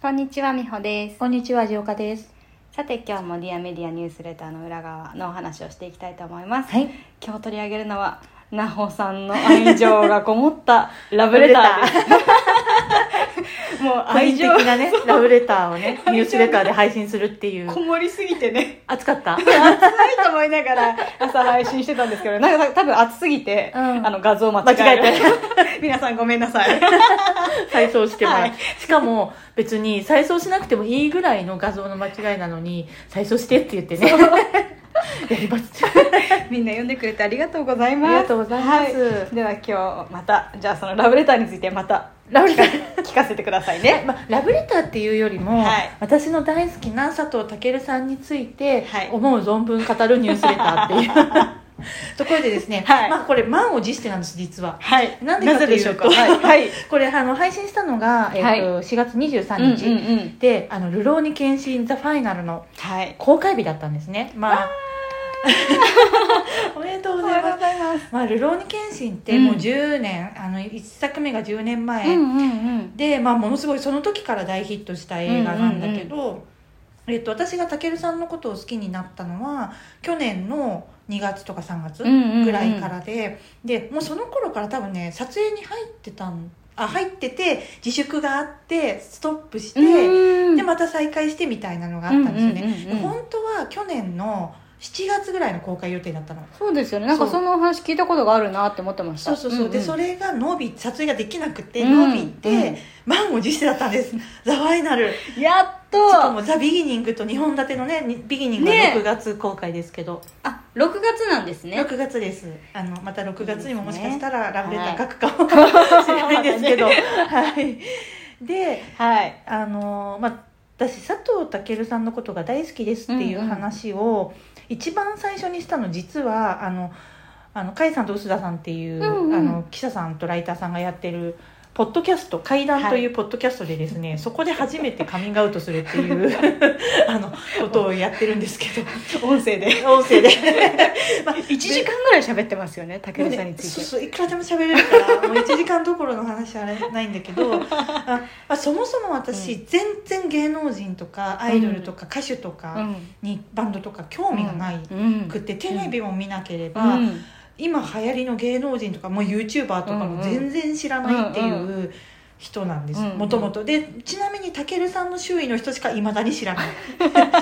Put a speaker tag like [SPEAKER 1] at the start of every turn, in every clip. [SPEAKER 1] こんにちは、みほです。
[SPEAKER 2] こんにちは、ジオカです。
[SPEAKER 1] さて、今日もディアメディアニュースレターの裏側のお話をしていきたいと思います。
[SPEAKER 2] はい
[SPEAKER 1] 今日取り上げるのは、なほさんの愛情がこもったラブレターです。 もう愛情
[SPEAKER 2] 個人的なね、ラブレターをね、ニュースレターで配信するっていう。
[SPEAKER 1] こもりすぎてね。
[SPEAKER 2] 熱かった
[SPEAKER 1] 暑いと思いながら朝配信してたんですけど、なんか多分暑すぎて、
[SPEAKER 2] うん
[SPEAKER 1] あの画像間違える
[SPEAKER 2] 間違
[SPEAKER 1] 皆さんごめんなさい。
[SPEAKER 2] 再送してもらう、
[SPEAKER 1] はい
[SPEAKER 2] しかも、別に再送しなくてもいいぐらいの画像の間違いなのに、再送してって言ってね。 やります。
[SPEAKER 1] みんな読んでくれてありがとうござい
[SPEAKER 2] あ
[SPEAKER 1] ます。
[SPEAKER 2] りがとうございます
[SPEAKER 1] はいでは今日また、じゃあそのラブレターについてまた
[SPEAKER 2] ラブレター。
[SPEAKER 1] 聞かせてくださいね。
[SPEAKER 2] まあ、ラブレターっていうよりも、
[SPEAKER 1] はい
[SPEAKER 2] 私の大好きな佐藤健さんについて、
[SPEAKER 1] はい
[SPEAKER 2] 思う存分語るニュースレターっていう ところでですね、
[SPEAKER 1] はい
[SPEAKER 2] まあ、これ満を持してなんです実は
[SPEAKER 1] はい
[SPEAKER 2] なんでかと
[SPEAKER 1] なぜ
[SPEAKER 2] いうと
[SPEAKER 1] でしょうかはい。
[SPEAKER 2] これあの配信したのが、えーと4月23日、
[SPEAKER 1] うんうんうん
[SPEAKER 2] で「あの流浪に献身ザファイナルの
[SPEAKER 1] はい。
[SPEAKER 2] 公開日だったんですねまあ おめでとうございます
[SPEAKER 1] ざいます。
[SPEAKER 2] まあ、流浪に献身ってもううん10年、あの1作目が10年
[SPEAKER 1] う
[SPEAKER 2] 前、
[SPEAKER 1] んうんうん。
[SPEAKER 2] で、まあ、ものすごいその時から大ヒットした映画なんだけど、えっと、私がたけるさんのことを好きになったのは去年の2月とか3月
[SPEAKER 1] うんうんうん
[SPEAKER 2] ぐらいからで、でもうその頃から多分ね撮影に入ってたんあ入ってて自粛があってストップして、
[SPEAKER 1] うん
[SPEAKER 2] でまた再開してみたいなのがあったんですよね、
[SPEAKER 1] うんうんうんうん
[SPEAKER 2] で本当は去年の7月ぐらいの公開予定だったの
[SPEAKER 1] そうですよね。なんか
[SPEAKER 2] そう
[SPEAKER 1] そのお話聞いたことがあるなって思ってまし
[SPEAKER 2] そ
[SPEAKER 1] た。
[SPEAKER 2] うそうそう、でそ
[SPEAKER 1] れ
[SPEAKER 2] れが伸び撮影ができなくて
[SPEAKER 1] うん
[SPEAKER 2] 伸びて、
[SPEAKER 1] うん
[SPEAKER 2] 満を持してだったんです「ザ・ファイナル」
[SPEAKER 1] やっと
[SPEAKER 2] しかも「ザ・ビギニング」と2本立てのねにビギニングは
[SPEAKER 1] ね
[SPEAKER 2] 6月公開ですけど、
[SPEAKER 1] あ、6月なんですね。
[SPEAKER 2] 6月ですあのまた6月に
[SPEAKER 1] い
[SPEAKER 2] も
[SPEAKER 1] いで
[SPEAKER 2] も
[SPEAKER 1] す
[SPEAKER 2] し
[SPEAKER 1] ね
[SPEAKER 2] かしたらラブレター書くかもしれないんで すけどはいで
[SPEAKER 1] はい。
[SPEAKER 2] あのまあ私佐藤健さんのことが大好きですっていう
[SPEAKER 1] うんうん
[SPEAKER 2] 話を一番最初にしたの実はあのあの甲斐さんと臼田さんってい
[SPEAKER 1] う
[SPEAKER 2] う、
[SPEAKER 1] んうん
[SPEAKER 2] あの記者さんとライターさんがやってるポッドキャスト「怪談」というポッドキャストでですね、 そこで初めてカミングアウトするっていう あのことをやってるんですけ
[SPEAKER 1] 音声で。
[SPEAKER 2] ど音 声でまあ
[SPEAKER 1] 1時間ぐらい喋ってますよね、武田さんにつ
[SPEAKER 2] そう
[SPEAKER 1] いて。
[SPEAKER 2] そういくらでも喋れるからもう1時間どころの話はないんだ けどあ、まあ、そもそも私、
[SPEAKER 1] う
[SPEAKER 2] 全然芸能人とかアイドルとか歌手と
[SPEAKER 1] う
[SPEAKER 2] か
[SPEAKER 1] ん
[SPEAKER 2] に、バンドとか興味がない
[SPEAKER 1] うん
[SPEAKER 2] くって、テレビも見なけれ
[SPEAKER 1] う
[SPEAKER 2] ば、
[SPEAKER 1] ん
[SPEAKER 2] 今流行りの芸能人とかもう YouTuber と
[SPEAKER 1] う
[SPEAKER 2] か
[SPEAKER 1] んう
[SPEAKER 2] も
[SPEAKER 1] ん
[SPEAKER 2] 全然知らないっていう。
[SPEAKER 1] うん
[SPEAKER 2] 人なんです
[SPEAKER 1] うんうん
[SPEAKER 2] もともとでちなみにたけるさんの周囲の人しかいまだに知ら ない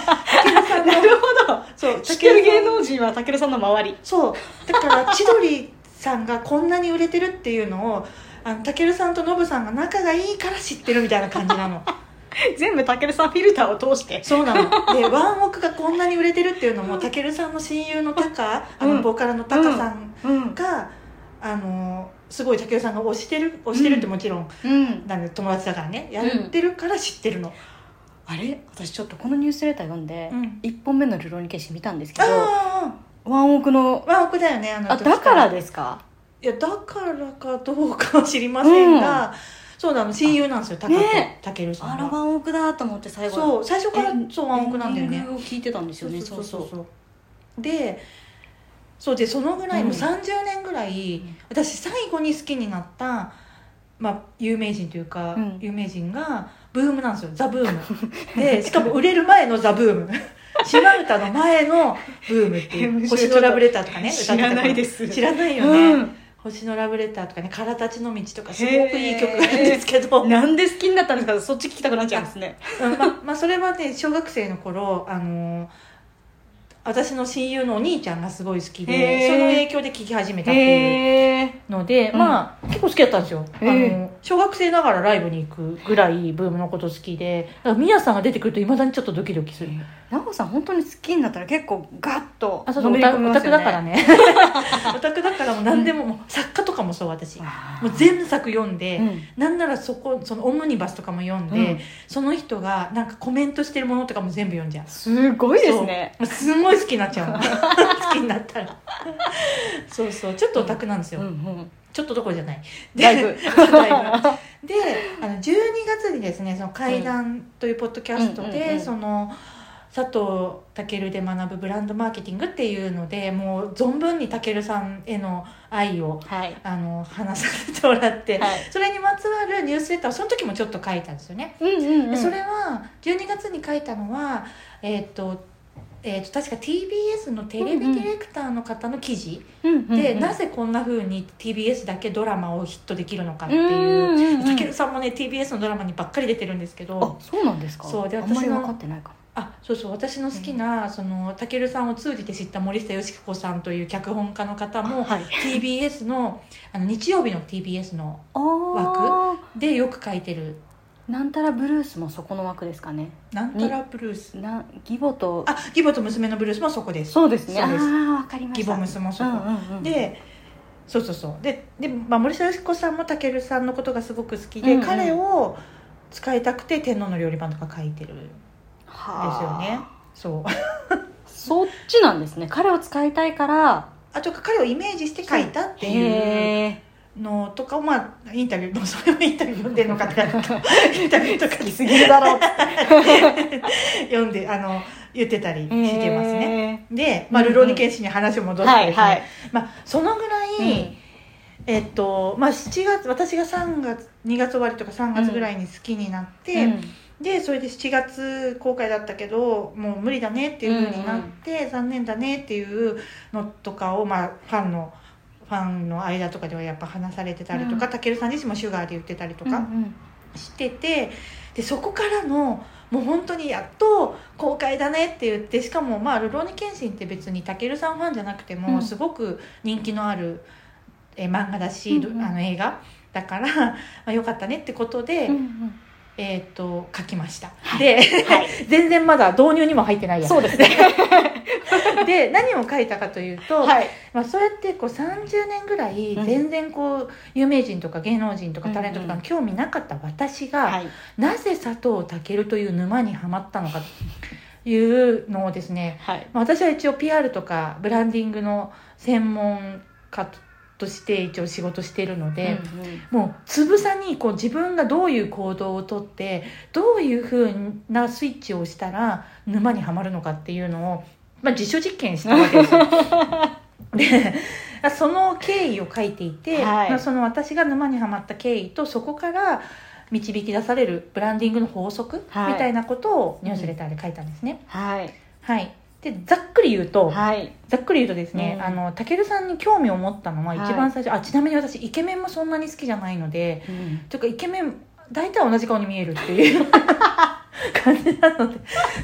[SPEAKER 1] なるほど。
[SPEAKER 2] そう
[SPEAKER 1] 知ってる芸能人は武田さんの周り。
[SPEAKER 2] そうだから千鳥さんがこんなに売れてるっていうのをあのたけるさんとノブさんが仲がいいから知ってるみたいな感じなの
[SPEAKER 1] 全部武田さんフィルターを通して。
[SPEAKER 2] そうなのでワンオクがこんなに売れてるっていうのもたけるさんの親友のタカあ
[SPEAKER 1] うん
[SPEAKER 2] のボーカルのタカさん
[SPEAKER 1] うん。
[SPEAKER 2] が、あのすごいたけるさんが推してる推してるってもちろん、
[SPEAKER 1] うん。
[SPEAKER 2] なんで友達だからねやってるから知ってるの、
[SPEAKER 1] あれ私ちょっとこのニュースレター読んで、
[SPEAKER 2] うん
[SPEAKER 1] 一1本目の「流浪に決心」見たんですけど
[SPEAKER 2] あ
[SPEAKER 1] ワンオクの
[SPEAKER 2] あワンオクだよねあの
[SPEAKER 1] あだからですか
[SPEAKER 2] いやだからかどうかは知りませんが、そうなの親友なんですよタカと
[SPEAKER 1] ね
[SPEAKER 2] たけるさん
[SPEAKER 1] あ
[SPEAKER 2] が
[SPEAKER 1] らワンオクだと思って最後
[SPEAKER 2] そう最初から
[SPEAKER 1] え
[SPEAKER 2] そうワンオクなんだよ
[SPEAKER 1] エン
[SPEAKER 2] ね
[SPEAKER 1] ディングを聞いてたんですよねそうそう
[SPEAKER 2] そうでそうでそのぐらいもう30年ぐらい、
[SPEAKER 1] うん
[SPEAKER 2] 私最後に好きになった、まあ、有名人というか、
[SPEAKER 1] うん
[SPEAKER 2] 有名人がブームなんですよザ・ブームでしかも売れる前のザ・ブーム 島唄の前のブームっていう「星のラブレター」とかね歌ってた頃
[SPEAKER 1] す
[SPEAKER 2] 知
[SPEAKER 1] ら
[SPEAKER 2] らないよね、星のラブレターとかね「からたちの道」とかすごくいい曲なんですけど、
[SPEAKER 1] うん、 なんで好きになったんですかそっち聞きたくなっちゃいます ね
[SPEAKER 2] うんままあそれはね小学生の頃あのー私の親友のお兄ちゃんがすごい好
[SPEAKER 1] へ
[SPEAKER 2] き
[SPEAKER 1] ー
[SPEAKER 2] でその影響で聴き始めたっていう
[SPEAKER 1] え
[SPEAKER 2] ので、
[SPEAKER 1] うん
[SPEAKER 2] まあ結構好きだったんですよあ
[SPEAKER 1] へー
[SPEAKER 2] の小学生ながらライブに行くぐらいブームのこと好きでだからミヤさんが出てくるといまだにちょっとドキドキする
[SPEAKER 1] 奈穂さん本当に好きになったら結構ガッと
[SPEAKER 2] あそうそ
[SPEAKER 1] の
[SPEAKER 2] う
[SPEAKER 1] め
[SPEAKER 2] オ
[SPEAKER 1] り
[SPEAKER 2] タ
[SPEAKER 1] 込み
[SPEAKER 2] オ
[SPEAKER 1] ま
[SPEAKER 2] タ
[SPEAKER 1] す
[SPEAKER 2] ク
[SPEAKER 1] よ
[SPEAKER 2] だ
[SPEAKER 1] ね
[SPEAKER 2] からね オタクだからもう何でも,、もう作家とかもそう私も
[SPEAKER 1] あ
[SPEAKER 2] う全作読んで、
[SPEAKER 1] ーうん
[SPEAKER 2] なんならそこそのオムニバスとかも読んで、
[SPEAKER 1] うん
[SPEAKER 2] その人がなんかコメントしてるものとかも全部読んじゃう
[SPEAKER 1] すごいですね
[SPEAKER 2] そうすごい好きになっ ちゃうの好きになったらそうそうちょっとオタクなんですよ、
[SPEAKER 1] うんうん
[SPEAKER 2] ちょっとどころじゃないで
[SPEAKER 1] だい ぶ
[SPEAKER 2] だいぶであの12月にですねその怪談というポッドキャスト
[SPEAKER 1] うんうんうん
[SPEAKER 2] で、
[SPEAKER 1] うん
[SPEAKER 2] その佐藤健で学ぶブランドマーケティングっていうのでもう存分に健さんへの愛を
[SPEAKER 1] はい
[SPEAKER 2] あの話させてもらって、
[SPEAKER 1] はい
[SPEAKER 2] それにまつわるニュースレターをその時もちょっと書いたんですよね。
[SPEAKER 1] うんうんう
[SPEAKER 2] で
[SPEAKER 1] ん
[SPEAKER 2] それは12月に書いたのはえっ、とえっと確か TBS のテレビディレクターの方の記事
[SPEAKER 1] うんうんうん
[SPEAKER 2] で、なぜこんな風に TBS だけドラマをヒットできるのかって
[SPEAKER 1] うん
[SPEAKER 2] いう
[SPEAKER 1] うんうん
[SPEAKER 2] たけるさんもね TBS のドラマにばっかり出てるんですけ
[SPEAKER 1] あ
[SPEAKER 2] ど
[SPEAKER 1] そうなんですか
[SPEAKER 2] そうで
[SPEAKER 1] あんまり
[SPEAKER 2] 私の
[SPEAKER 1] 分かってないか
[SPEAKER 2] あそうそう私の好きな、そのたけるさんを通じて知った森下佳子さんという脚本家の方
[SPEAKER 1] も
[SPEAKER 2] も
[SPEAKER 1] はい
[SPEAKER 2] TBS のあの日曜日の TBS の
[SPEAKER 1] あ
[SPEAKER 2] でよく書いてる
[SPEAKER 1] ーなんたらブルースもそこの枠ですかね
[SPEAKER 2] なんたらブルース
[SPEAKER 1] な義母と
[SPEAKER 2] あ義母と娘のブルースもそこです
[SPEAKER 1] そうですね
[SPEAKER 2] そうです
[SPEAKER 1] ああ分かりま
[SPEAKER 2] 義
[SPEAKER 1] し
[SPEAKER 2] 母
[SPEAKER 1] た
[SPEAKER 2] 娘もそこ、
[SPEAKER 1] うんうんうん、
[SPEAKER 2] でそうそうそうでで、まあ、森下佳子さんもたけるさんのことがすごく好きで、
[SPEAKER 1] うんうん
[SPEAKER 2] 彼を使いたくて天皇の料理番とか書いてるですよ
[SPEAKER 1] はあ
[SPEAKER 2] ねそう
[SPEAKER 1] そっちなんですね彼を使いたいから
[SPEAKER 2] あとか彼をイメージして書いたっていう
[SPEAKER 1] へえ
[SPEAKER 2] のとかをまあインタビューもうそれもインタビュー読んでるの かとかインタビューとか
[SPEAKER 1] 好 きすぎるだろうって
[SPEAKER 2] 読んであの言ってたりしてます
[SPEAKER 1] ね
[SPEAKER 2] ね、で、まあ、
[SPEAKER 1] うんうん
[SPEAKER 2] ルローニケンシに話を戻して
[SPEAKER 1] は
[SPEAKER 2] で
[SPEAKER 1] い
[SPEAKER 2] すね
[SPEAKER 1] はい
[SPEAKER 2] まあ、そのぐらい、えっとまあ、7月私が3月2月終わりとか3月ぐらいに好きになって、
[SPEAKER 1] うん
[SPEAKER 2] でそれで7月公開だったけどもう無理だねっていうふうになって、残念だねっていうのとかを、まあ、ファンのファンの間とかではやっぱ話されてたりとか
[SPEAKER 1] うん
[SPEAKER 2] たけるさん自身もシュガーで言ってたりと
[SPEAKER 1] う
[SPEAKER 2] か
[SPEAKER 1] んうん
[SPEAKER 2] してて、でそこからのもう本当にやっと公開だねって言ってしかもまあ「ルローニケンシン」って別にたけるさんファンじゃなくて
[SPEAKER 1] う
[SPEAKER 2] も
[SPEAKER 1] ん
[SPEAKER 2] すごく人気のある、え漫画だし、
[SPEAKER 1] うんうん
[SPEAKER 2] あの映画だから、まあ、よかったねってことで、
[SPEAKER 1] うんうん
[SPEAKER 2] えー、と書きました、
[SPEAKER 1] はい
[SPEAKER 2] で、
[SPEAKER 1] は
[SPEAKER 2] 全然まだ導入にも入ってないや
[SPEAKER 1] そうですね
[SPEAKER 2] で何を書いたかというと、
[SPEAKER 1] はい
[SPEAKER 2] まあ、そうやってこう30年ぐらい
[SPEAKER 1] うん
[SPEAKER 2] 全然こう、有名人とか芸能人とかタレントとか
[SPEAKER 1] うんう
[SPEAKER 2] に興味なかった私が、
[SPEAKER 1] はい
[SPEAKER 2] なぜ佐藤健という沼にはまったのかというのをですね、
[SPEAKER 1] はい
[SPEAKER 2] まあ、私は一応 PR とかブランディングの専門家として一応仕事しているので、
[SPEAKER 1] うんうん
[SPEAKER 2] もうつぶさにこう自分がどういう行動をとってどういうふうなスイッチを押したら沼にはまるのかっていうのを、まあ、実証実験したわけ ですよ。でその経緯を書いていて、
[SPEAKER 1] はい
[SPEAKER 2] まあ、その私が沼にはまった経緯とそこから導き出されるブランディングの法則、
[SPEAKER 1] はい
[SPEAKER 2] みたいなことをニュースレターで書いたんですね。
[SPEAKER 1] はい
[SPEAKER 2] はい、でざっくり言うと、
[SPEAKER 1] はい
[SPEAKER 2] ざっくり言うとですね、
[SPEAKER 1] うん
[SPEAKER 2] あのたけるさんに興味を持ったの
[SPEAKER 1] は
[SPEAKER 2] は
[SPEAKER 1] い
[SPEAKER 2] 一番最初、あちなみに私イケメンもそんなに好きじゃないので
[SPEAKER 1] うん
[SPEAKER 2] というかイケメン大体同じ顔に見えるっていう 感じなので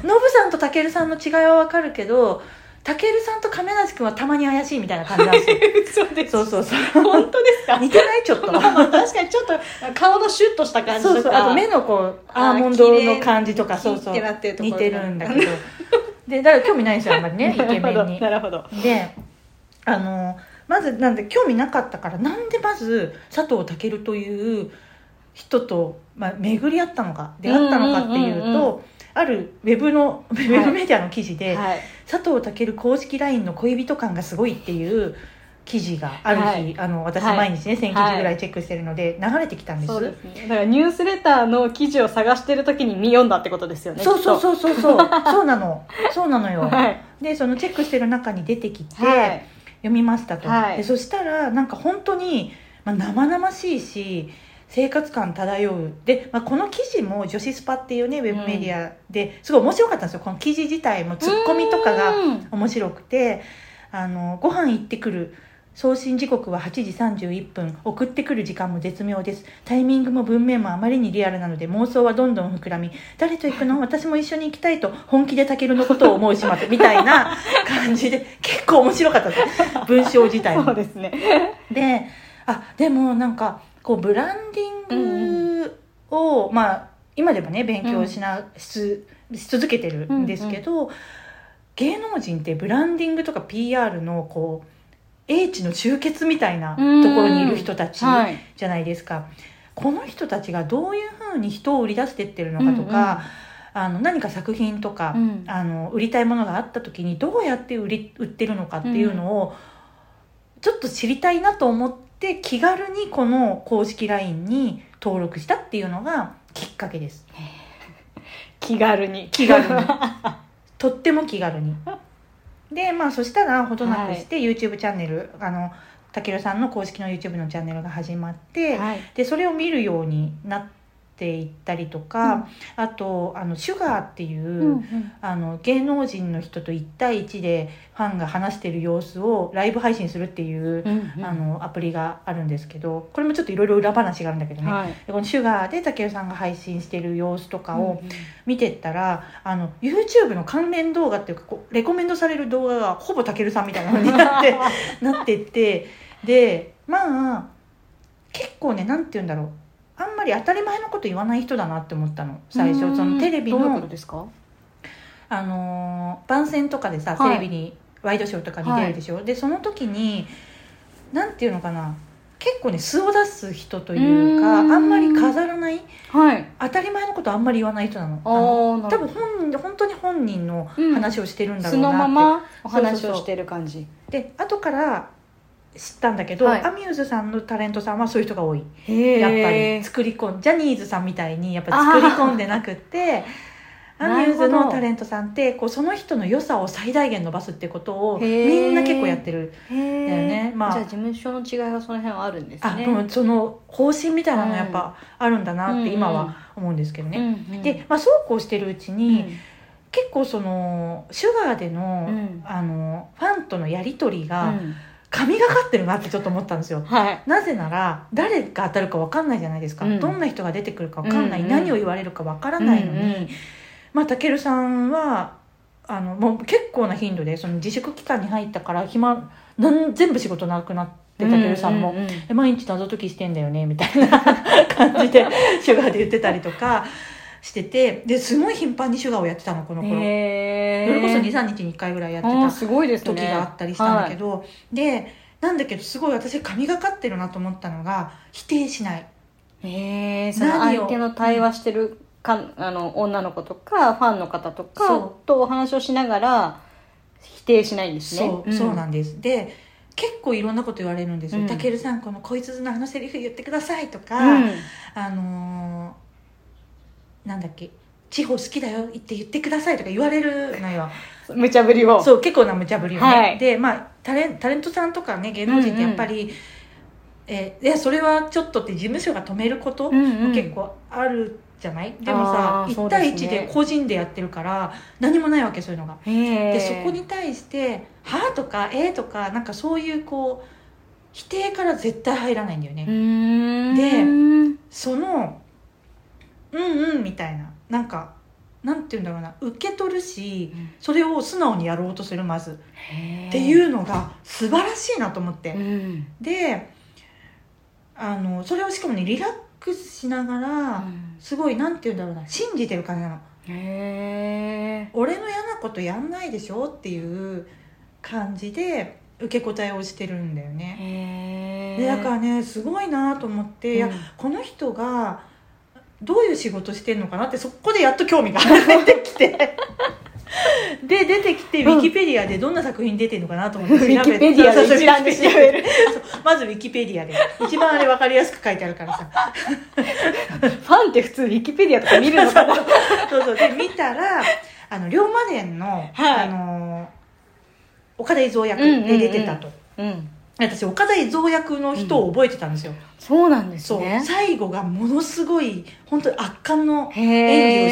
[SPEAKER 2] ノブさんとたけるさんの違いはわかるけどたけるさんと亀梨君はたまに怪しいみたいな感じなんです よ
[SPEAKER 1] そうです
[SPEAKER 2] そうそうそう
[SPEAKER 1] 本当ですか
[SPEAKER 2] 似てないちょっと
[SPEAKER 1] まあまあ確かにちょっと顔のシュッとした感じとか
[SPEAKER 2] そうそうあと目のこうアーモンドの感じとかそうそう
[SPEAKER 1] キラキラってな
[SPEAKER 2] 似
[SPEAKER 1] ってて
[SPEAKER 2] るん
[SPEAKER 1] るとこ
[SPEAKER 2] だ
[SPEAKER 1] ろ
[SPEAKER 2] けど でだから興味 ないんですよあんまりねイケメンに
[SPEAKER 1] なるほどなるほど
[SPEAKER 2] であのまずなんで興味なかったからなんでまず佐藤健という人と、まあ、巡り合ったのか出会ったのかっていうと、
[SPEAKER 1] うんうんうん
[SPEAKER 2] あるウェブのウェブメディアの記事で、
[SPEAKER 1] はい
[SPEAKER 2] 佐藤健公式 LINE の恋人感がすごいっていう記事がある日、
[SPEAKER 1] はい
[SPEAKER 2] あの私
[SPEAKER 1] はい
[SPEAKER 2] 毎日ね、1000記事ぐらいチェックしてるので流れてきたんです。
[SPEAKER 1] そうですねだからニュースレターの記事を探してる時に見読んだってことですよね
[SPEAKER 2] そうそう
[SPEAKER 1] う
[SPEAKER 2] そうそうそうそうなのそうなの よ、
[SPEAKER 1] はい
[SPEAKER 2] でそのチェックしてる中に出てきて、
[SPEAKER 1] はい
[SPEAKER 2] 読みましたと、
[SPEAKER 1] はい
[SPEAKER 2] でそしたらなんか本当に、まあ、生々しいし生活感漂うで、まあ、この記事も「女子スパ」っていうねウェブメディアですごい面白かったんですよこの記事自体もツッコミとかが
[SPEAKER 1] うん
[SPEAKER 2] 面白くて「あのご飯行ってくる」送信時刻は8時31分送ってくる時間も絶妙ですタイミングも文面もあまりにリアルなので妄想はどんどん膨らみ誰と行くの私も一緒に行きたいと本気でタケルのことを思いしますみたいな感じで結構面白かったです文章自体
[SPEAKER 1] そ
[SPEAKER 2] も
[SPEAKER 1] うですね
[SPEAKER 2] であでもなんかこうブランディングを、まあ今でもね勉強しな、しし続けてるんですけど、芸能人ってブランディングとか PR のこう英知の集結みたいなところにいる人たち
[SPEAKER 1] はい
[SPEAKER 2] じゃないですか、この人たちがどういうふうに人を売り出してってるのかとか、あの何か作品とか、
[SPEAKER 1] うん
[SPEAKER 2] あの売りたいものがあった時にどうやって売り売ってるのかっていうのを、ちょっと知りたいなと思って気軽にこの公式 LINE に登録したっていうのがきっかけです
[SPEAKER 1] 気軽に
[SPEAKER 2] 気軽にとっても気軽にでまあそしたらほどなくして YouTube チャンネル、あのたけるさんの公式の YouTube のチャンネルが始まって、
[SPEAKER 1] はい
[SPEAKER 2] でそれを見るようになっていったりとか、あとあのシュガーっていう、あの芸能人の人と1対1でファンが話してる様子をライブ配信するっていう、あのアプリがあるんですけどこれもちょっといろいろ裏話があるんだけどね、
[SPEAKER 1] はい
[SPEAKER 2] でこのシュガーで武雄さんが配信してる様子とか
[SPEAKER 1] うんう
[SPEAKER 2] を
[SPEAKER 1] ん
[SPEAKER 2] 見てったら、あの YouTube の関連動画っていうかこうレコメンドされる動画がほぼ武尊さんみたいなのになって なってってでまあ結構ねなんて言うんだろうあんまり当たり前のこと言わない人だなって思ったの最
[SPEAKER 1] う
[SPEAKER 2] 初
[SPEAKER 1] ん
[SPEAKER 2] そのテレビ
[SPEAKER 1] どういうこ
[SPEAKER 2] の
[SPEAKER 1] とですか
[SPEAKER 2] あのー番宣とかでさ、
[SPEAKER 1] はい
[SPEAKER 2] テレビにワイドショーとかに出るでしょ、でその時になんていうのかな結構ね素を出す人というか
[SPEAKER 1] うーん
[SPEAKER 2] あんまり飾らない
[SPEAKER 1] はい
[SPEAKER 2] 当たり前のことあんまり言わない人なの
[SPEAKER 1] あー
[SPEAKER 2] あの
[SPEAKER 1] な
[SPEAKER 2] 多
[SPEAKER 1] るほ
[SPEAKER 2] 分本人本当に本人の
[SPEAKER 1] どうん
[SPEAKER 2] 話をしてるんだろ
[SPEAKER 1] 素
[SPEAKER 2] うなっ
[SPEAKER 1] のま
[SPEAKER 2] て、
[SPEAKER 1] まお話
[SPEAKER 2] そうそう
[SPEAKER 1] を
[SPEAKER 2] そう
[SPEAKER 1] してる感じ
[SPEAKER 2] で後から知ったんだけど、
[SPEAKER 1] はい
[SPEAKER 2] アミューズさんのタレントさんはそういう人が多いやっぱ
[SPEAKER 1] へ
[SPEAKER 2] り
[SPEAKER 1] え
[SPEAKER 2] 作り込んジャニーズさんみたいにやっぱ作り込んでなく て
[SPEAKER 1] あ
[SPEAKER 2] ア
[SPEAKER 1] ー
[SPEAKER 2] ミューズ
[SPEAKER 1] なるほ
[SPEAKER 2] の
[SPEAKER 1] ど
[SPEAKER 2] タレントさんってこうその人の良さを最大限伸ばすってことを
[SPEAKER 1] へー
[SPEAKER 2] みんな結構やってる、だよねまあ
[SPEAKER 1] じゃあ事務所の違いがその辺はあるんです
[SPEAKER 2] あ
[SPEAKER 1] ね
[SPEAKER 2] でもその方針みたいなのやっぱあるんだなって今は思うんですけどね。
[SPEAKER 1] ね
[SPEAKER 2] で、まあ、そうこうしてるうちに、結構そのシュガーでの,、
[SPEAKER 1] うん
[SPEAKER 2] あのファンとのやり取り
[SPEAKER 1] う
[SPEAKER 2] が
[SPEAKER 1] ん
[SPEAKER 2] 神がかってるなってちょっと思ったんですよ。
[SPEAKER 1] はい
[SPEAKER 2] なぜなら誰が当たるか分かんないじゃないですか、
[SPEAKER 1] うん
[SPEAKER 2] どんな人が出てくるか分かんない、
[SPEAKER 1] うんうん
[SPEAKER 2] 何を言われるか分からないのに、
[SPEAKER 1] うんうん
[SPEAKER 2] まあたけるさんはあのもう結構な頻度でその自粛期間に入ったから暇なん全部仕事なくなってたけるさんも。
[SPEAKER 1] ううう
[SPEAKER 2] え毎日謎解きしてんだよねみたいな感じでシュガーで言ってたりとかしててですごい頻繁にシュガーをやってたのこの頃、
[SPEAKER 1] へえ
[SPEAKER 2] それこそ23日に1回ぐらいやって
[SPEAKER 1] あー
[SPEAKER 2] た
[SPEAKER 1] すごいですね
[SPEAKER 2] 時があったりしたんだけど、でなんだけどすごい私神がかってるなと思ったのが否定しない
[SPEAKER 1] はいへえその
[SPEAKER 2] 何を
[SPEAKER 1] 相手の対話してるかあの女の子とかファンの方とか
[SPEAKER 2] そ
[SPEAKER 1] とお話をしながら否定しないんですね
[SPEAKER 2] そうそうなんんですで結構いろんなこと言われるんです
[SPEAKER 1] う
[SPEAKER 2] よ
[SPEAKER 1] ん
[SPEAKER 2] 「たけるさんこのこいつのあのセリフ言ってください」とか、
[SPEAKER 1] うん
[SPEAKER 2] あのーなんだっけ地方好きだよって言ってくださいとか言われるのよ
[SPEAKER 1] 無茶ぶりを
[SPEAKER 2] そう結構な無茶ぶりよね、
[SPEAKER 1] はい
[SPEAKER 2] でまあタレンタレントさんとかね芸能人ってやっぱり、えーいやそれはちょっとって事務所が止めること、
[SPEAKER 1] うんうん
[SPEAKER 2] 結構あるじゃないでもさ
[SPEAKER 1] あー
[SPEAKER 2] 1対
[SPEAKER 1] そう
[SPEAKER 2] 1
[SPEAKER 1] ですね
[SPEAKER 2] で個人でやってるから何もないわけそういうのが。
[SPEAKER 1] へ
[SPEAKER 2] で
[SPEAKER 1] え
[SPEAKER 2] そこに対して「はあ」とか「えー」とかなんかそういうこう否定から絶対入らないんだよね。
[SPEAKER 1] うーん
[SPEAKER 2] で
[SPEAKER 1] うん
[SPEAKER 2] その「うんうん」みたいななんかなんて言うんだろうな受け取るしそれを素直にやろうとするまず
[SPEAKER 1] へー
[SPEAKER 2] っていうのが素晴らしいなと思って。
[SPEAKER 1] うん
[SPEAKER 2] であのそれをしかもねリラックスしながら、すごいなんて言うんだろうな信じてる感じなの
[SPEAKER 1] へえ
[SPEAKER 2] 俺の嫌なことやんないでしょっていう感じで受け答えをしてるんだよね、
[SPEAKER 1] へ
[SPEAKER 2] で
[SPEAKER 1] え
[SPEAKER 2] だからねすごいなと思って、いや
[SPEAKER 1] うん
[SPEAKER 2] この人がどういう仕事してんのかなってそこでやっと興味が出てきて で出てきてウ
[SPEAKER 1] うん
[SPEAKER 2] ィキペディアでどんな作品出てんのかなと思って調べて
[SPEAKER 1] ウィキペディアで
[SPEAKER 2] そうそう
[SPEAKER 1] 一覧で調べる
[SPEAKER 2] そうまずウィキペディアで一番あれ分かりやすく書いてあるからさ
[SPEAKER 1] ファンって普通ウィキペディアとか見るのかな
[SPEAKER 2] そうそうで見たらあの龍馬伝の、
[SPEAKER 1] はい
[SPEAKER 2] あの岡田伊蔵役で出てたと、
[SPEAKER 1] うん
[SPEAKER 2] 私岡田伊蔵役の人を覚えてたんですよ、
[SPEAKER 1] そうなんです
[SPEAKER 2] そう、
[SPEAKER 1] ね
[SPEAKER 2] 最後がものすごい本当に圧巻の
[SPEAKER 1] へ
[SPEAKER 2] 演技をし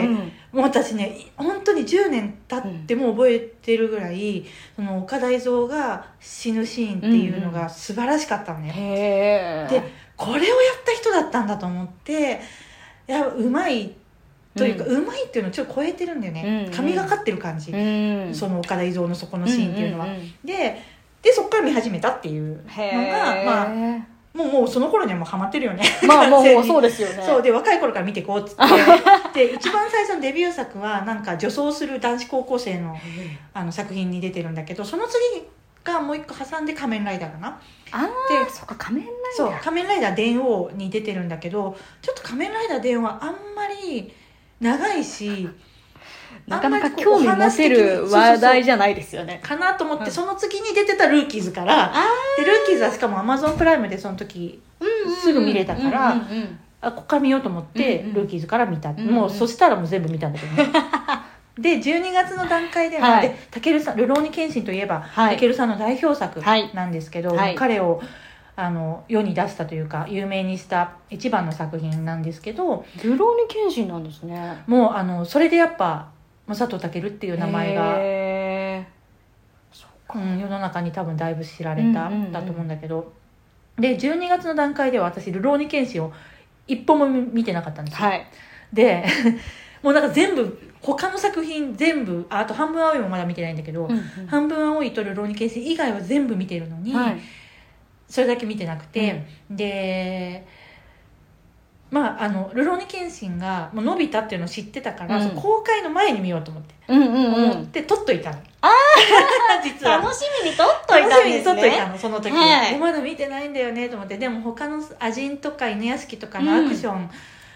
[SPEAKER 1] え
[SPEAKER 2] いて
[SPEAKER 1] うん
[SPEAKER 2] もう私ね本当に10年経っても覚えてるぐらい、その岡田伊蔵が死ぬシーンっていうのが素晴らしかったのね、
[SPEAKER 1] へえ
[SPEAKER 2] でこれをやった人だったんだと思っていやうまいというか、うまいっていうのをちょっと超えてるんだよね、
[SPEAKER 1] うんうん
[SPEAKER 2] 神がかってる感じ、
[SPEAKER 1] うん
[SPEAKER 2] その岡田伊蔵のそこのシーンっていうのは、
[SPEAKER 1] んんん
[SPEAKER 2] ででそこから見始めたっていうのが
[SPEAKER 1] へえ
[SPEAKER 2] まあもうもうその頃にはもうハマってるよね
[SPEAKER 1] まあも
[SPEAKER 2] 完全
[SPEAKER 1] う
[SPEAKER 2] に
[SPEAKER 1] そうですよね
[SPEAKER 2] そうで若い頃から見ていこうっつっ てで一番最初のデビュー作はなんか女装する男子高校生のあの作品に出てるんだけどその次がもう一個挟んで「仮面ライダー」かな
[SPEAKER 1] あ
[SPEAKER 2] で
[SPEAKER 1] あそっか仮面ライダ
[SPEAKER 2] そ
[SPEAKER 1] ー
[SPEAKER 2] う「仮面ライダー電王」に出てるんだけどちょっと「仮面ライダー電王」はあんまり長いし
[SPEAKER 1] なかなか興味持てる話題じゃないですよね
[SPEAKER 2] かなと思って、
[SPEAKER 1] うん
[SPEAKER 2] その次に出てた「ルーキーズ」から
[SPEAKER 1] あ
[SPEAKER 2] でルーキーズはしかもアマゾンプライムでその時すぐ見れたから
[SPEAKER 1] うんうんうん
[SPEAKER 2] あここから見ようと思って、
[SPEAKER 1] うんうん
[SPEAKER 2] ルーキーズから見た、
[SPEAKER 1] んうん
[SPEAKER 2] もうそしたらもう全部見たんだけどねでで12月の段階では、
[SPEAKER 1] はい
[SPEAKER 2] でたけるさん「ルローニケンシン」といえば、
[SPEAKER 1] はい
[SPEAKER 2] たけるさんの代表作
[SPEAKER 1] はい
[SPEAKER 2] なんですけど、
[SPEAKER 1] はい
[SPEAKER 2] 彼をあの世に出したというか有名にした一番の作品なんですけど
[SPEAKER 1] ルローニケンシンなんですね
[SPEAKER 2] もうあのそれでやっぱもう佐藤健っていう名前が、
[SPEAKER 1] へ
[SPEAKER 2] うん、世の中に多分だいぶ知られた、
[SPEAKER 1] うんうんうん
[SPEAKER 2] だと思うんだけどで12月の段階では私「ルローニケンシン」を一本も見てなかったんで
[SPEAKER 1] ー
[SPEAKER 2] すよ、
[SPEAKER 1] はい
[SPEAKER 2] で もうなんか全部他の作品全部ああと「半分青い」もまだ見てないんだけど、
[SPEAKER 1] うんうん
[SPEAKER 2] 半分青いとルローニケンシン以外は全部見てるのに、
[SPEAKER 1] はい
[SPEAKER 2] それだけ見てなくて、でまああのルローニケンシンがもう伸びたっていうのを知ってたから、
[SPEAKER 1] うん
[SPEAKER 2] その公開の前に見ようと思って、
[SPEAKER 1] うんうんう
[SPEAKER 2] 思っ
[SPEAKER 1] ん
[SPEAKER 2] て撮っといたのあ 実は
[SPEAKER 1] 楽しみに撮っといたんですね
[SPEAKER 2] 楽しみに撮っといたのその時、
[SPEAKER 1] はい
[SPEAKER 2] でまだ見てないんだよねと思ってでも他のアジンとか犬屋敷とかのアクション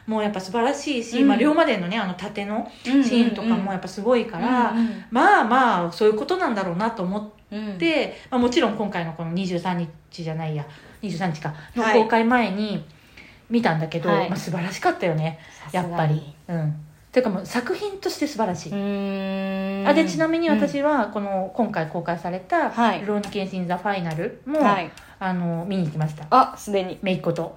[SPEAKER 2] もやっぱ素晴らしいし、
[SPEAKER 1] うん
[SPEAKER 2] まあ、龍馬伝のねあの盾のシーンとかもやっぱすごいから、
[SPEAKER 1] うん
[SPEAKER 2] まあまあそういうことなんだろうなと思って。
[SPEAKER 1] うんうん
[SPEAKER 2] で、まあ、もちろん今回のこの23日じゃないや23日かの
[SPEAKER 1] はい
[SPEAKER 2] 公開前に見たんだけど、
[SPEAKER 1] はい
[SPEAKER 2] まあ、素晴らしかったよね
[SPEAKER 1] さすが
[SPEAKER 2] やっ
[SPEAKER 1] に
[SPEAKER 2] ぱり。うん、というかもう作品として素晴らしい。
[SPEAKER 1] うーん
[SPEAKER 2] あでちなみに私はこの今回公開された
[SPEAKER 1] は
[SPEAKER 2] 「
[SPEAKER 1] い
[SPEAKER 2] ルローニケンシン・ザ・ファイナルも」
[SPEAKER 1] はい
[SPEAKER 2] あの見に行きました
[SPEAKER 1] あすでに
[SPEAKER 2] めいっ子と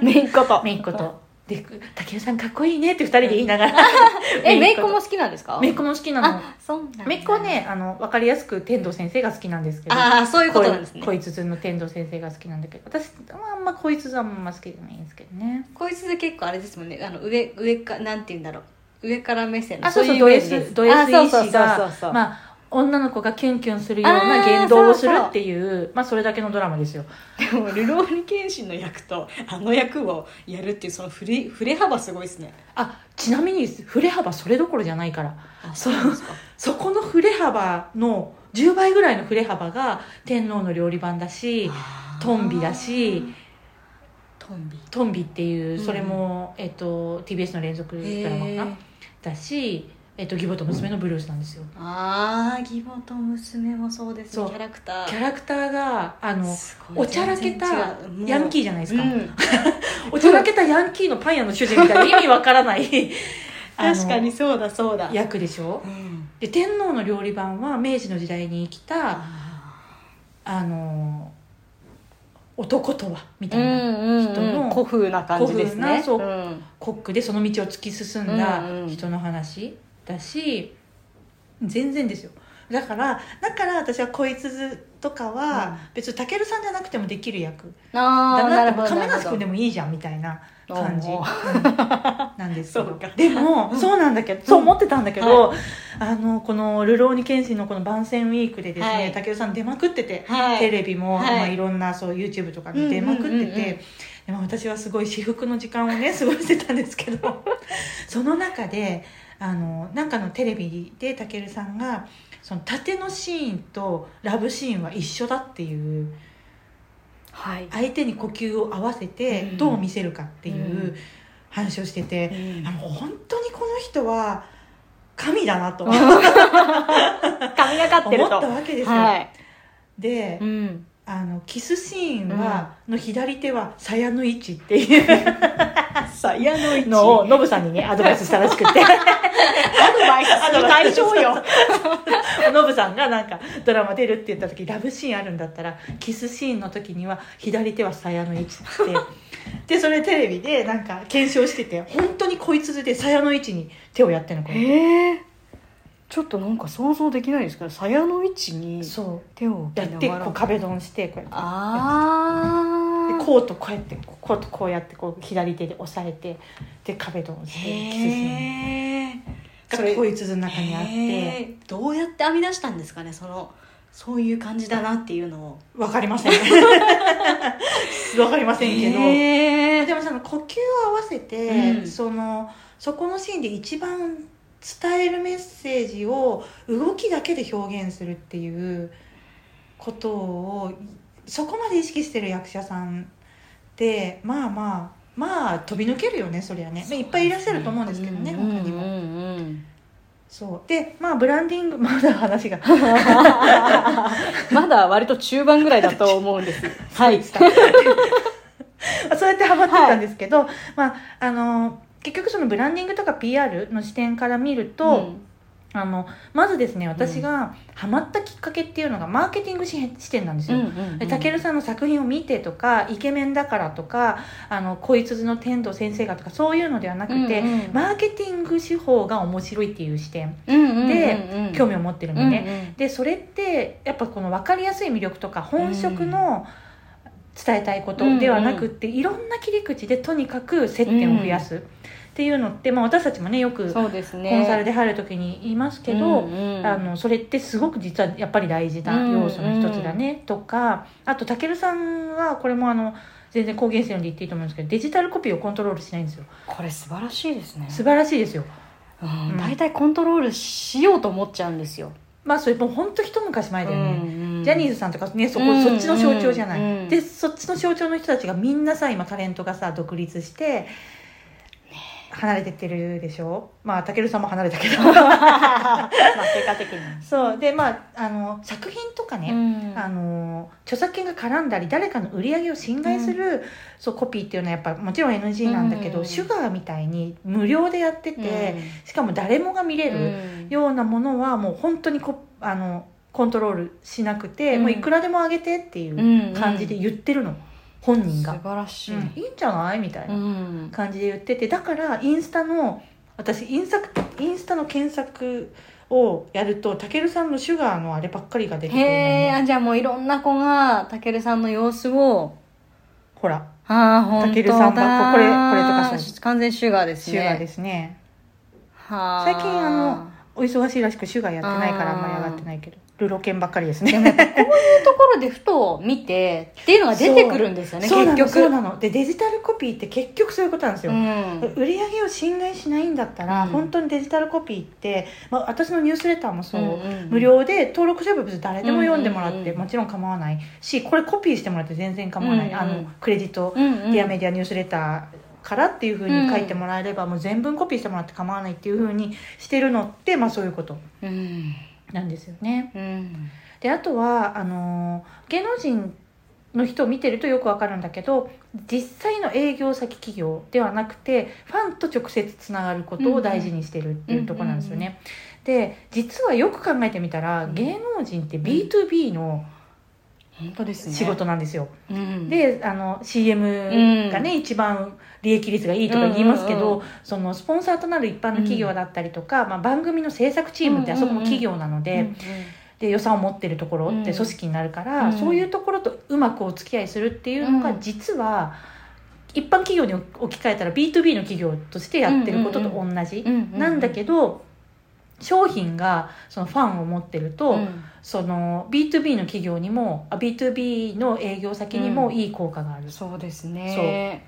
[SPEAKER 1] めいっ子と
[SPEAKER 2] めいっ子とで「竹内さんかっこいいね」って2人で言いながら
[SPEAKER 1] えめいっ子
[SPEAKER 2] と
[SPEAKER 1] も好きなんですか
[SPEAKER 2] めいっ子も好きなの
[SPEAKER 1] あそうなんだ
[SPEAKER 2] めいっ子はねあの分かりやすく天童先生が好きなんですけど
[SPEAKER 1] ああそういうことなんですね
[SPEAKER 2] こいつずの天童先生が好きなんだけど私はあんまこいつずはあんま好きじゃないんですけどね
[SPEAKER 1] こいつで結構あれですもんねあの上上かなんて言うんだろう上から目線の
[SPEAKER 2] あそうそう
[SPEAKER 1] い
[SPEAKER 2] ド
[SPEAKER 1] イメー
[SPEAKER 2] S
[SPEAKER 1] ジです
[SPEAKER 2] ド S
[SPEAKER 1] あ
[SPEAKER 2] 医
[SPEAKER 1] そうそう
[SPEAKER 2] 師
[SPEAKER 1] そう
[SPEAKER 2] が
[SPEAKER 1] そうそう
[SPEAKER 2] まあ女の子がキュンキュンするような言
[SPEAKER 1] あ
[SPEAKER 2] 動
[SPEAKER 1] ー
[SPEAKER 2] を
[SPEAKER 1] そ
[SPEAKER 2] す
[SPEAKER 1] う
[SPEAKER 2] る
[SPEAKER 1] そう
[SPEAKER 2] っていうまあそれだけのドラマですよ
[SPEAKER 1] でもルローニケンシンの役とあの役をやるっていうその振れ振れ幅すごいですね
[SPEAKER 2] あちなみに振れ幅それどころじゃないから
[SPEAKER 1] あそうなんですか
[SPEAKER 2] そこの振れ幅の10倍ぐらいの振れ幅が天皇の料理番だしトンビだし
[SPEAKER 1] トンビ
[SPEAKER 2] トンビっていう
[SPEAKER 1] うん
[SPEAKER 2] それも、えっと TBS の連続ドラマかなだし、えっと、義母と娘のブルースなんですよ
[SPEAKER 1] ああ義母と娘もそうですね
[SPEAKER 2] そう
[SPEAKER 1] キャラクター
[SPEAKER 2] キャラクターがあの
[SPEAKER 1] すごい
[SPEAKER 2] おちゃらけた
[SPEAKER 1] 全然違う
[SPEAKER 2] ヤンキーじゃないですか、
[SPEAKER 1] うん
[SPEAKER 2] おちゃらけたヤンキーのパン屋の主人みたいな意 味わからないあの
[SPEAKER 1] 確かにそうだそうだ
[SPEAKER 2] 役でしょ
[SPEAKER 1] うん
[SPEAKER 2] で天皇の料理番は明治の時代に生きた
[SPEAKER 1] あ
[SPEAKER 2] あの男とはみ
[SPEAKER 1] ー
[SPEAKER 2] た
[SPEAKER 1] う
[SPEAKER 2] い
[SPEAKER 1] ん
[SPEAKER 2] な、
[SPEAKER 1] うん
[SPEAKER 2] 人
[SPEAKER 1] うん
[SPEAKER 2] の
[SPEAKER 1] 古風な感じです
[SPEAKER 2] 古風
[SPEAKER 1] ね
[SPEAKER 2] なそう
[SPEAKER 1] うん
[SPEAKER 2] コックでその道を突き進んだ
[SPEAKER 1] うんうん
[SPEAKER 2] 人の話だし、全然ですよだからだから私はこいつずとか
[SPEAKER 1] うん
[SPEAKER 2] は別にたけるさんじゃなくてもできる役
[SPEAKER 1] あ
[SPEAKER 2] だ
[SPEAKER 1] あなる
[SPEAKER 2] なっ
[SPEAKER 1] ほ
[SPEAKER 2] て
[SPEAKER 1] どな
[SPEAKER 2] 亀
[SPEAKER 1] る
[SPEAKER 2] 梨
[SPEAKER 1] ほ
[SPEAKER 2] 君
[SPEAKER 1] ど
[SPEAKER 2] でもいいじゃんみたいな感じ、
[SPEAKER 1] お
[SPEAKER 2] うん
[SPEAKER 1] ー
[SPEAKER 2] なんですけど
[SPEAKER 1] そうか
[SPEAKER 2] でもそうなんだけどそう思ってたんだけど、あのこの「流浪に謙信」のこの番宣ウィークでです
[SPEAKER 1] は
[SPEAKER 2] ね
[SPEAKER 1] い
[SPEAKER 2] たけるさん出まくってて、
[SPEAKER 1] はい
[SPEAKER 2] テレビも、
[SPEAKER 1] はい
[SPEAKER 2] いまあ、いろんなそう YouTube とかで出まくってて、
[SPEAKER 1] うんうんうんうん
[SPEAKER 2] でまあ私はすごい私服の時間を ね過ごしてたんですけどその中であのなんかのテレビでたけるさんがその盾のシーンとラブシーンは一緒だっていう
[SPEAKER 1] はい
[SPEAKER 2] 相手に呼吸を合わせて
[SPEAKER 1] うん
[SPEAKER 2] どう見せるかってい
[SPEAKER 1] うん
[SPEAKER 2] う話をしてて、
[SPEAKER 1] うん
[SPEAKER 2] あの本当にこの人は神だなと思っ
[SPEAKER 1] 神がかってる
[SPEAKER 2] た
[SPEAKER 1] と
[SPEAKER 2] わけですよ。
[SPEAKER 1] はい
[SPEAKER 2] で
[SPEAKER 1] うん
[SPEAKER 2] あのキスシーンは、の左手は鞘の位置っていう
[SPEAKER 1] さ矢の一
[SPEAKER 2] のをノブさんにねアドバイスしたらしくて
[SPEAKER 1] アドバイスする対象よ
[SPEAKER 2] ノブさんがなんかドラマ出るって言った時ラブシーンあるんだったらキスシーンの時には左手は鞘の位置 ってでそれテレビでなんか検証してて本当にこいつで鞘の位置に手をやってるのこれ
[SPEAKER 1] ええちょっとなんか想像できないですけど鞘の位置に
[SPEAKER 2] そう
[SPEAKER 1] 手を置
[SPEAKER 2] やっ
[SPEAKER 1] きな
[SPEAKER 2] て
[SPEAKER 1] が
[SPEAKER 2] こう
[SPEAKER 1] ら
[SPEAKER 2] 壁ドンしてこうやって
[SPEAKER 1] あ
[SPEAKER 2] で
[SPEAKER 1] あ
[SPEAKER 2] コートこうやってこうコートこうやってこう左手で押さえてで壁ドンしてキスシーン
[SPEAKER 1] へえそ
[SPEAKER 2] が
[SPEAKER 1] れ
[SPEAKER 2] こいつの中にあっ
[SPEAKER 1] へ
[SPEAKER 2] て
[SPEAKER 1] えどうやって編み出したんですかねそのそういう感じだなっていうのを
[SPEAKER 2] わかりません わかりませんけど、
[SPEAKER 1] へえ
[SPEAKER 2] でもその呼吸を合わせて、
[SPEAKER 1] うん
[SPEAKER 2] そのそこのシーンで一番伝えるメッセージを動きだけで表現するっていうことをそこまで意識してる役者さんってまあまあまあ飛び抜けるよねそりゃね、まあいっぱいいらっしゃると思うんですけどね、他にも。
[SPEAKER 1] も
[SPEAKER 2] そうでまあブランディングまだ話が
[SPEAKER 1] まだ割と中盤ぐらいだと思うんですはい
[SPEAKER 2] そうやってハマってたんですけど、まああの結局そのブランディングとか PR の視点から見ると、
[SPEAKER 1] うん
[SPEAKER 2] あのまずですね私がハマったきっかけっていうのがマーケティング視視点なんですよ。でたけるさんの作品を見てとかイケメンだからとかあの恋つの天童先生がとかそういうのではなくて、
[SPEAKER 1] うんうん
[SPEAKER 2] マーケティング手法が面白いっていう視点
[SPEAKER 1] で
[SPEAKER 2] 興
[SPEAKER 1] 味
[SPEAKER 2] 味を持ってる
[SPEAKER 1] あ
[SPEAKER 2] のね、でそれってやっぱこの分かりやすい魅力とか本職の伝えたいことではなくって、いろんな切り口でとにかく接点を増やすっていうのって、まあ、私たちもねよく
[SPEAKER 1] そうですね
[SPEAKER 2] コンサルで入る時に言いますけど、
[SPEAKER 1] うんうん
[SPEAKER 2] あのそれってすごく実はやっぱり大事な要素の一つだね、とかあとたけるさんはこれもあの全然公言せよで言っていいと思うんですけどデジタルコピーをコントロールしないんですよ
[SPEAKER 1] これ素晴らしいですね
[SPEAKER 2] 素晴らしいですよ
[SPEAKER 1] うん大体コントロールしようと思っちゃうんですよ
[SPEAKER 2] まあそれもう本当一昔前だよね、ジ
[SPEAKER 1] ジ
[SPEAKER 2] ャニーズさんとかねそこ、
[SPEAKER 1] うん
[SPEAKER 2] そっちの象徴じゃない、
[SPEAKER 1] うん
[SPEAKER 2] でそっちの象徴の人たちがみんなさ今タレントがさ独立して離れてってるでしょまあたけるさんも離れたけど
[SPEAKER 1] まあ結果的に
[SPEAKER 2] そうでまああの作品とかね、あの著作権が絡んだり誰かの売り上げを侵害する、そうコピーっていうのはやっぱもちろん NG なんだけど、
[SPEAKER 1] うん
[SPEAKER 2] シュガーみたいに無料でやってて、しかも誰もが見れ
[SPEAKER 1] う
[SPEAKER 2] る
[SPEAKER 1] ん
[SPEAKER 2] ようなものはもう本当にこあのコントロールしなくて、
[SPEAKER 1] うん
[SPEAKER 2] もういくらでも上げてっていう感じで言ってるの、本人が
[SPEAKER 1] 素、晴らし
[SPEAKER 2] う
[SPEAKER 1] い
[SPEAKER 2] んいいんじゃないみたいな
[SPEAKER 1] うん
[SPEAKER 2] 感じで言っててだからインスタの私インスタインスタの検索をやるとたけるさんのシュガーのあればっかりが出てくるの
[SPEAKER 1] へ
[SPEAKER 2] ね
[SPEAKER 1] えじゃあもういろんな子がたけるさんの様子を
[SPEAKER 2] ほら
[SPEAKER 1] ああ本当だ
[SPEAKER 2] たけるさんばっかこれこれとかそうです
[SPEAKER 1] 完全シュガーです
[SPEAKER 2] シ
[SPEAKER 1] ね
[SPEAKER 2] ュガーですすね
[SPEAKER 1] 最
[SPEAKER 2] 最近あのお忙しいらしくシュガーやってないからあんまり上がってないけどルロケンばっかりですね
[SPEAKER 1] ところでふと見てっていうのが出てくるんですよね
[SPEAKER 2] そうな
[SPEAKER 1] 結
[SPEAKER 2] の
[SPEAKER 1] 局
[SPEAKER 2] そうなのでデジタルコピーって結局そういうことなんですよ、
[SPEAKER 1] うん
[SPEAKER 2] 売り上げを侵害しないんだったら、
[SPEAKER 1] うん
[SPEAKER 2] 本当にデジタルコピーって、まあ、私のニュースレターもそう、
[SPEAKER 1] んんん
[SPEAKER 2] 無料で登録すれば別に誰でも読んでもらって、
[SPEAKER 1] うんうんうん
[SPEAKER 2] もちろん構わないしこれコピーしてもらって全然構わない、
[SPEAKER 1] うんうん
[SPEAKER 2] あのクレジット、
[SPEAKER 1] うんうん
[SPEAKER 2] ディアメディアニュースレターからっていうふうに書いてもらえれば、もう全文コピーしてもらって構わないっていうふうにしてるのって、まあ、そういうこと
[SPEAKER 1] うん
[SPEAKER 2] なんですよね。
[SPEAKER 1] うん
[SPEAKER 2] であとはあのー芸能人の人を見てるとよくわかるんだけど実際の営業先企業ではなくてファンと直接つながることを大事にしてるっていうところなんですよね。で実はよく考えてみたら
[SPEAKER 1] うん
[SPEAKER 2] 芸能人って B2B の
[SPEAKER 1] 本当ですね
[SPEAKER 2] 仕事なんですよ。
[SPEAKER 1] うん
[SPEAKER 2] であの CM がね、一番利益率がいいとか言いますけど、
[SPEAKER 1] うんうん
[SPEAKER 2] そのスポンサーとなる一般の企業だったりとか、まあ、番組の制作チームってあそこも企業なので。
[SPEAKER 1] うん
[SPEAKER 2] で予算を持ってるところっ
[SPEAKER 1] う
[SPEAKER 2] て
[SPEAKER 1] ん
[SPEAKER 2] 組織になるから、
[SPEAKER 1] うん
[SPEAKER 2] そういうところとうまくお付き合いするっていうの
[SPEAKER 1] う
[SPEAKER 2] が
[SPEAKER 1] ん
[SPEAKER 2] 実は一般企業に置き換えたら B2B の企業としてやってることと同じ
[SPEAKER 1] うんうん
[SPEAKER 2] なんだけど商品がそのファンを持ってると、
[SPEAKER 1] うん
[SPEAKER 2] その B2B の企業にもあ B2B の営業先にもいい効果がある、っ
[SPEAKER 1] そうですね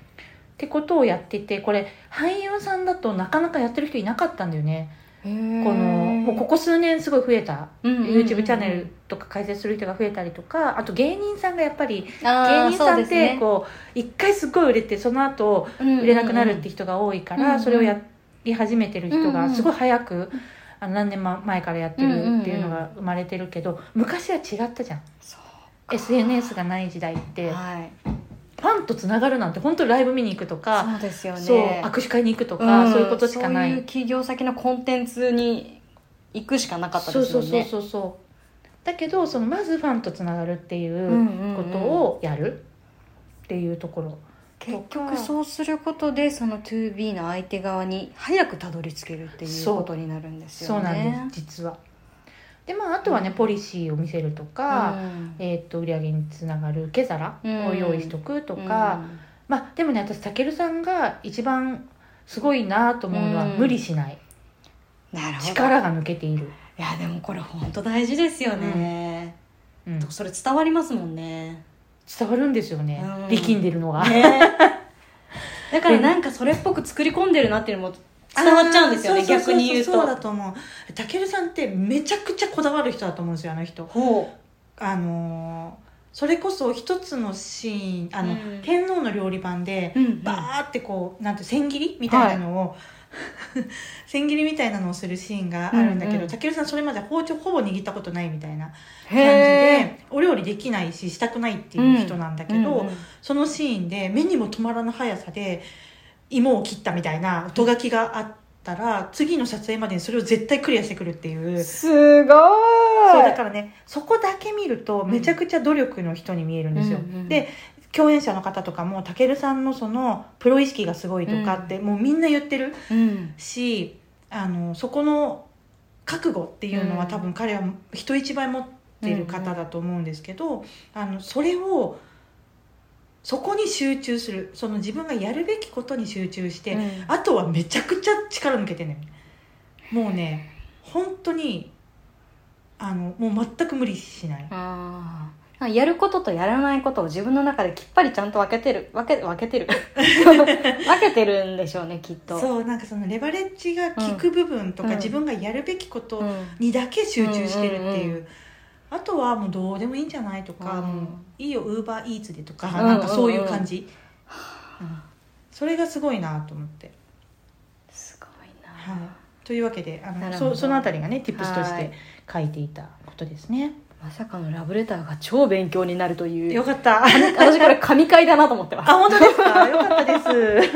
[SPEAKER 2] てことをやっててこれ俳優さんだとなかなかやってる人いなかったんだよね。
[SPEAKER 1] こ
[SPEAKER 2] このもうここ数年すごい増えた YouTube チャンネル
[SPEAKER 1] ル
[SPEAKER 2] とか開設する人が増えたりとかあと芸人さんがやっぱり芸
[SPEAKER 1] 芸
[SPEAKER 2] 人さんってこう一回すごい売れてその後売れなくなるって人が多いか
[SPEAKER 1] うんう
[SPEAKER 2] ら
[SPEAKER 1] ん
[SPEAKER 2] それをやり始めてる人
[SPEAKER 1] うんう
[SPEAKER 2] が
[SPEAKER 1] ん
[SPEAKER 2] すごい早くあの何年も前からやってるっていうの
[SPEAKER 1] うん
[SPEAKER 2] が生まれてるけど昔は違ったじゃん
[SPEAKER 1] そ
[SPEAKER 2] SNS がない時代って
[SPEAKER 1] はい
[SPEAKER 2] ファンとつながるなんて本当ライブ見に行くとか
[SPEAKER 1] そうですよね
[SPEAKER 2] そう握手会に行くとか
[SPEAKER 1] ん
[SPEAKER 2] そういうことしかな
[SPEAKER 1] そういう
[SPEAKER 2] い
[SPEAKER 1] 企業先のコンテンツに行くしかなかったで
[SPEAKER 2] そう
[SPEAKER 1] す
[SPEAKER 2] そ
[SPEAKER 1] よ
[SPEAKER 2] うそう
[SPEAKER 1] ね
[SPEAKER 2] そうそうだけどそのまずファンとつながるっていううん
[SPEAKER 1] うんうん
[SPEAKER 2] ことをやるっていうところ、
[SPEAKER 1] 結局そうすることでその 2B の相手側に早くたどり着けるっていう
[SPEAKER 2] そう
[SPEAKER 1] ことになるんです
[SPEAKER 2] そ
[SPEAKER 1] よ
[SPEAKER 2] う
[SPEAKER 1] ね
[SPEAKER 2] なんです実はでまああとはね、
[SPEAKER 1] うん
[SPEAKER 2] ポリシーを見せるとか、えー、と売り上げにつながる受け皿を用意しとくと
[SPEAKER 1] と
[SPEAKER 2] か、まあでもね私たけるさんが一番すごいなと思うのは、
[SPEAKER 1] うん
[SPEAKER 2] 無理しない
[SPEAKER 1] なるほど
[SPEAKER 2] 力が抜けている、
[SPEAKER 1] いやでもこれ本当大事ですよね、
[SPEAKER 2] うん
[SPEAKER 1] それ伝わりますもんね
[SPEAKER 2] 伝わるんですよね、
[SPEAKER 1] うん
[SPEAKER 2] 力んでるのが、
[SPEAKER 1] だからなんかそれっぽく作り込んでるなっていうのも 伝わっちゃうんですよね
[SPEAKER 2] あーそうそ
[SPEAKER 1] 逆
[SPEAKER 2] うそう
[SPEAKER 1] に言うと
[SPEAKER 2] そうだと思うたけるさんってめちゃくちゃこだわる人だと思うんですよあの人
[SPEAKER 1] ほ
[SPEAKER 2] あのーそれこそ一つのシーンあの、
[SPEAKER 1] うん
[SPEAKER 2] 天皇の料理番で
[SPEAKER 1] う、うん
[SPEAKER 2] バーってこうなんて千切りみたいなのを、 千切りみたいなのをするシーンがあるんだ
[SPEAKER 1] う
[SPEAKER 2] け
[SPEAKER 1] んう
[SPEAKER 2] ど
[SPEAKER 1] ん
[SPEAKER 2] たけるさんそれまで包丁ほぼ握ったことないみたいな感
[SPEAKER 1] へ
[SPEAKER 2] じでお料理できないししたくないっていう人なんだけど、そのシーンで目にも止まらぬ速さで芋を切ったみたいなとがきがあって。ったら次の撮影までにそれを絶対クリアしてくるっていう
[SPEAKER 1] すごい
[SPEAKER 2] そうだからねそこだけ見るとめちゃくちゃ努力の人に見えるんですよ、
[SPEAKER 1] うんうん
[SPEAKER 2] で共演者の方とかもたけるさんのそのプロ意識がすごいとかって、もうみんな言ってる
[SPEAKER 1] うん
[SPEAKER 2] しあのそこの覚悟っていうのは
[SPEAKER 1] うん
[SPEAKER 2] 多分彼は人一倍持ってる方だと思うんですけど、あのそれをそこに集中するその自分がやるべきことに集中して、
[SPEAKER 1] うん
[SPEAKER 2] あとはめちゃくちゃ力抜けてんのよもうね本当にあのもう全く無理しない
[SPEAKER 1] あーやることとやらないことを自分の中できっぱりちゃんと分けてる分け分けて る分けてるんでしょうねきっとう、
[SPEAKER 2] そうなんかそのレバレッジが効く部分とか、
[SPEAKER 1] うん
[SPEAKER 2] 自分がやるべきこと
[SPEAKER 1] ん、
[SPEAKER 2] にだけ集中してるっていう,、
[SPEAKER 1] うんうんう
[SPEAKER 2] あとはもうどうでもいいんじゃないとか、
[SPEAKER 1] うん
[SPEAKER 2] もういいよウーバーイーツでとか、
[SPEAKER 1] うんうんうん
[SPEAKER 2] なんかそういう感じ、うんそれがすごいなと思って、
[SPEAKER 1] すごいな、
[SPEAKER 2] はい、というわけであ
[SPEAKER 1] な
[SPEAKER 2] の
[SPEAKER 1] るほど
[SPEAKER 2] そそのあたりがね tips とし
[SPEAKER 1] は
[SPEAKER 2] て
[SPEAKER 1] い
[SPEAKER 2] 書いていたことですね
[SPEAKER 1] まさかのラブレターが超勉強になるという
[SPEAKER 2] よかった
[SPEAKER 1] 私から神回だなと思ってます
[SPEAKER 2] あ本当ですかよかったで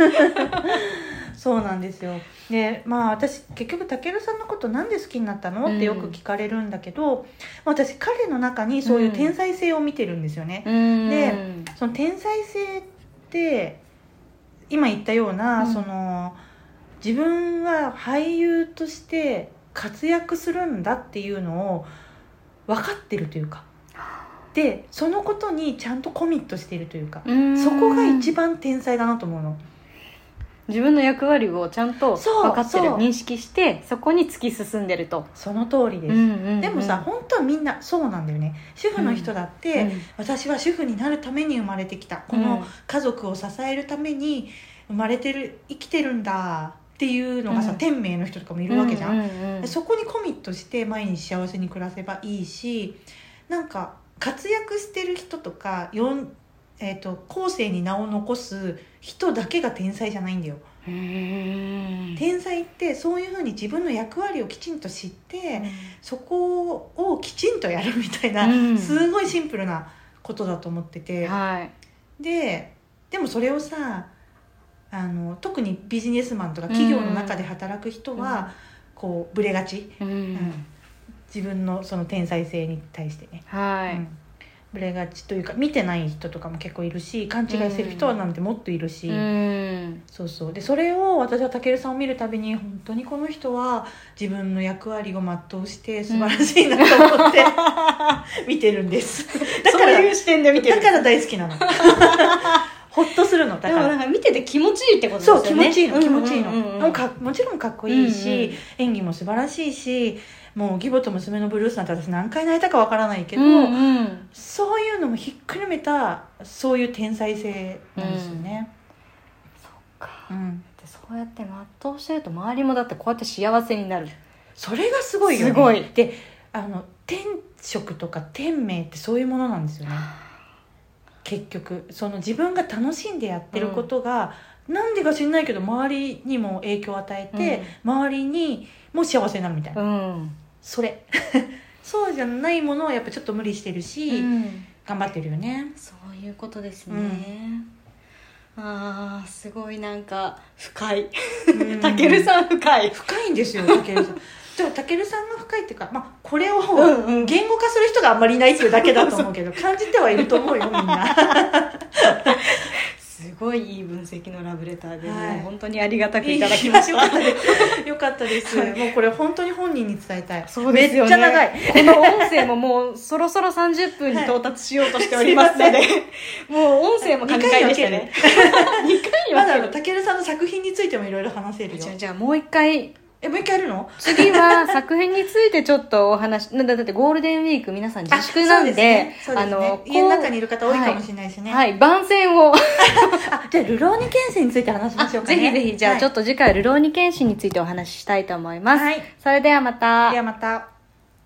[SPEAKER 2] す そうなんですよでまあ私結局たけるさんのことなんで好きになったのってよく聞かれるんだけど、まあ私彼の中にそういう天才性を見てるんですよね、
[SPEAKER 1] で
[SPEAKER 2] その天才性って今言ったような、
[SPEAKER 1] うん
[SPEAKER 2] その自分は俳優として活躍するんだっていうのを分かってるというかでそのことにちゃんとコミットしてるというか、そこが一番天才だなと思うの。
[SPEAKER 1] 自分の役割をちゃんと
[SPEAKER 2] そう
[SPEAKER 1] 分かってる
[SPEAKER 2] そう
[SPEAKER 1] 認識してそこに突き進んでると、
[SPEAKER 2] その通りです、でもさ、本当はみんなそうなんだよね主婦の人だって、
[SPEAKER 1] うん
[SPEAKER 2] 私は主婦になるために生まれてきたこ
[SPEAKER 1] う
[SPEAKER 2] の
[SPEAKER 1] ん
[SPEAKER 2] 家族を支えるために生まれてる生きてるんだっていうのがさ、
[SPEAKER 1] うん
[SPEAKER 2] 天命の人とかもいるわけじゃん、
[SPEAKER 1] うううん
[SPEAKER 2] そこにコミットして毎日幸せに暮らせばいいしなんか活躍してる人とかよん、えー、と後世に名を残す人だけが天才じゃないんだよ、
[SPEAKER 1] うん
[SPEAKER 2] 天才ってそういうふうに自分の役割をきちんと知って、そこをきちんとやるみたいな、
[SPEAKER 1] うん
[SPEAKER 2] すごいシンプルなことだと思ってて、
[SPEAKER 1] はい
[SPEAKER 2] ででもそれをさあの特にビジネスマンとか企業の中で働く人は、
[SPEAKER 1] うん
[SPEAKER 2] こうブレがち
[SPEAKER 1] うん
[SPEAKER 2] ん自分のその天才性に対してね、
[SPEAKER 1] はい、
[SPEAKER 2] うんブレがちというか見てない人とかも結構いるし勘違いしてる人はなんてもっといるし、
[SPEAKER 1] うん
[SPEAKER 2] そうそうでそれを私はたけるさんを見るたびに本当にこの人は自分の役割を全うして素晴らしいなと思って、 見てるんですだから
[SPEAKER 1] そういう視点で見てる
[SPEAKER 2] だから大好き なのほっとするのだ
[SPEAKER 1] で
[SPEAKER 2] か
[SPEAKER 1] も
[SPEAKER 2] ら
[SPEAKER 1] なんか見てて気持ちいいってことですよ
[SPEAKER 2] そう
[SPEAKER 1] ね
[SPEAKER 2] 気持ちいいの気持ちいいの、
[SPEAKER 1] うんうんうんうん
[SPEAKER 2] もうかもちろんかっこいいし、
[SPEAKER 1] うんうん
[SPEAKER 2] 演技も素晴らしいしもう義母と娘のブルースなんて私何回泣いたかわからないけど、
[SPEAKER 1] うんうん
[SPEAKER 2] そういうのもひっくるめたそういう天才性なんですよね、
[SPEAKER 1] そっか
[SPEAKER 2] うん
[SPEAKER 1] でそうやって全うしてると周りもだってこうやって幸せになる
[SPEAKER 2] それがすごいよ
[SPEAKER 1] す
[SPEAKER 2] ね
[SPEAKER 1] ごい
[SPEAKER 2] であの天職とか天命ってそういうものなんですよね結局その自分が楽しんでやってることが、なんでか知んないけど周りにも影響を与えて、周りにも幸せになるみたいな、
[SPEAKER 1] うん、
[SPEAKER 2] それ そうじゃないものはやっぱちょっと無理してるし、
[SPEAKER 1] うん
[SPEAKER 2] 頑張ってるよね
[SPEAKER 1] そういうことですね、ああすごいなんか深い たける
[SPEAKER 2] ん
[SPEAKER 1] さん深い
[SPEAKER 2] 深いんですよたけ るさんちょっとたけるさんが深いっていうか、まあ、これを
[SPEAKER 1] んうん
[SPEAKER 2] 言語化する人があんまりいないっていうだけだと思うけ ど感じてはいると思うよみんな。
[SPEAKER 1] すごいいい分析のラブレターで、
[SPEAKER 2] はい
[SPEAKER 1] もう本当にありがたくいただきまし
[SPEAKER 2] よかったたです。よかったです。もうこれ本当に本人に伝えたい。
[SPEAKER 1] そうですよね
[SPEAKER 2] めっちゃ長い。
[SPEAKER 1] この音声ももうそろそろ30分に到達しようとしておりますので、
[SPEAKER 2] はい
[SPEAKER 1] もう音声も神回でしたね2回に分
[SPEAKER 2] まだ
[SPEAKER 1] け
[SPEAKER 2] あ
[SPEAKER 1] る
[SPEAKER 2] のたけるさんの作品についてもいろいろ話せるよ
[SPEAKER 1] じゃ。あじゃあもう一回
[SPEAKER 2] えもう一回やるの？
[SPEAKER 1] 次は作品についてちょっとお話 なだだってゴールデンウィーク皆さん自粛なんで
[SPEAKER 2] あそうですねそうですね家の中にいる方多いかもしれないしね。
[SPEAKER 1] はい、はい番宣を
[SPEAKER 2] あじゃあルローニケンスについて話しましょうか
[SPEAKER 1] ぜ
[SPEAKER 2] ね。
[SPEAKER 1] ひぜひじゃあちょっ
[SPEAKER 2] と、
[SPEAKER 1] と次回ルローニケンシンについてお話ししたいと思います、
[SPEAKER 2] はい
[SPEAKER 1] それではまた
[SPEAKER 2] ではまた。